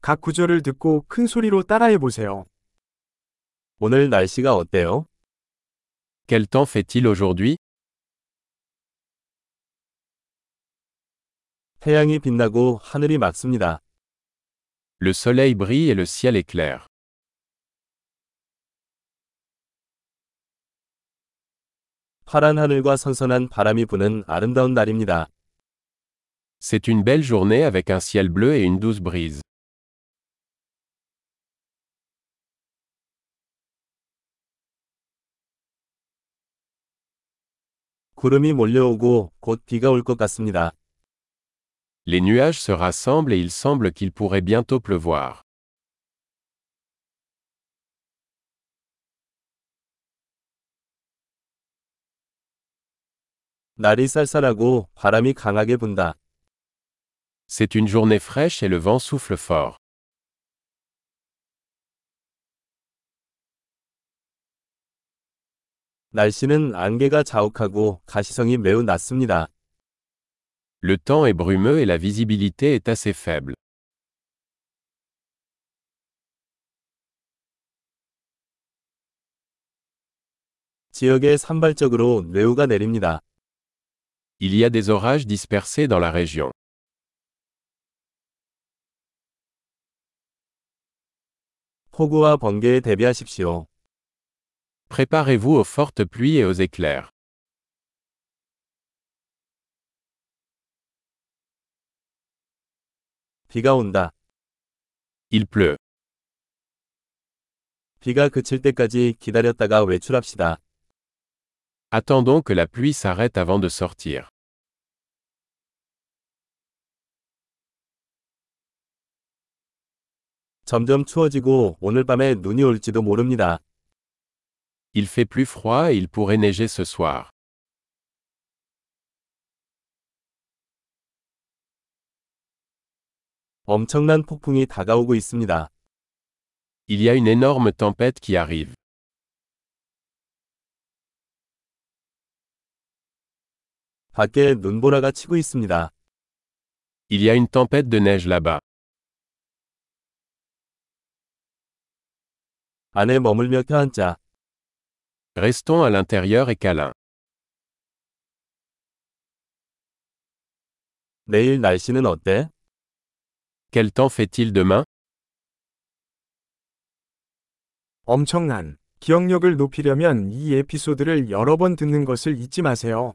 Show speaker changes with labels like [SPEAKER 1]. [SPEAKER 1] 각 구절을 듣고 큰 소리로 따라해 보세요.
[SPEAKER 2] 오늘 날씨가 어때요?
[SPEAKER 3] Quel temps fait-il aujourd'hui
[SPEAKER 2] 태양이 빛나고 하늘이 맑습니다.
[SPEAKER 3] Le soleil brille et le ciel est clair.
[SPEAKER 2] 파란 하늘과 선선한 바람이 부는 아름다운 날입니다.
[SPEAKER 3] C'est une belle journée avec un ciel bleu et une douce brise.
[SPEAKER 2] 구름이 몰려오고 곧 비가 올 것 같습니다.
[SPEAKER 3] Les nuages se rassemblent et il semble qu'il pourrait bientôt pleuvoir.
[SPEAKER 2] 날이 쌀쌀하고 바람이 강하게 분다.
[SPEAKER 3] C'est une journée fraîche et le vent souffle fort.
[SPEAKER 2] 날씨는 안개가 자욱하고 가시성이 매우 낮습니다.
[SPEAKER 3] Le temps est brumeux et la visibilité est assez faible.
[SPEAKER 2] 지역에 산발적으로 뇌우가 내립니다.
[SPEAKER 3] Il y a des orages dispersés dans la région.
[SPEAKER 2] 폭우와 번개에 대비하십시오.
[SPEAKER 3] Préparez-vous aux fortes pluies et aux éclairs.
[SPEAKER 2] 비가 온다.
[SPEAKER 3] Il pleut.
[SPEAKER 2] 비가 그칠 때까지 기다렸다가 외출합시다.
[SPEAKER 3] Attendons que la pluie s'arrête avant de sortir.
[SPEAKER 2] 점점 추워지고 오늘 밤에 눈이 올지도 모릅니다.
[SPEAKER 3] Il fait plus froid et il pourrait neiger ce soir.
[SPEAKER 2] 엄청난 폭풍이 다가오고 있습니다.
[SPEAKER 3] Il y a une énorme tempête qui arrive.
[SPEAKER 2] 밖에 눈보라가 치고 있습니다.
[SPEAKER 3] Il y a une tempête de neige là-bas.
[SPEAKER 2] 안에 머물며 펴앉자.
[SPEAKER 3] Restons à l'intérieur et câlin.
[SPEAKER 2] 내일 날씨는 어때?
[SPEAKER 3] Quel temps fait-il demain
[SPEAKER 1] 엄청난 기억력을 높이려면 이 에피소드를 여러 번 듣는 것을 잊지 마세요.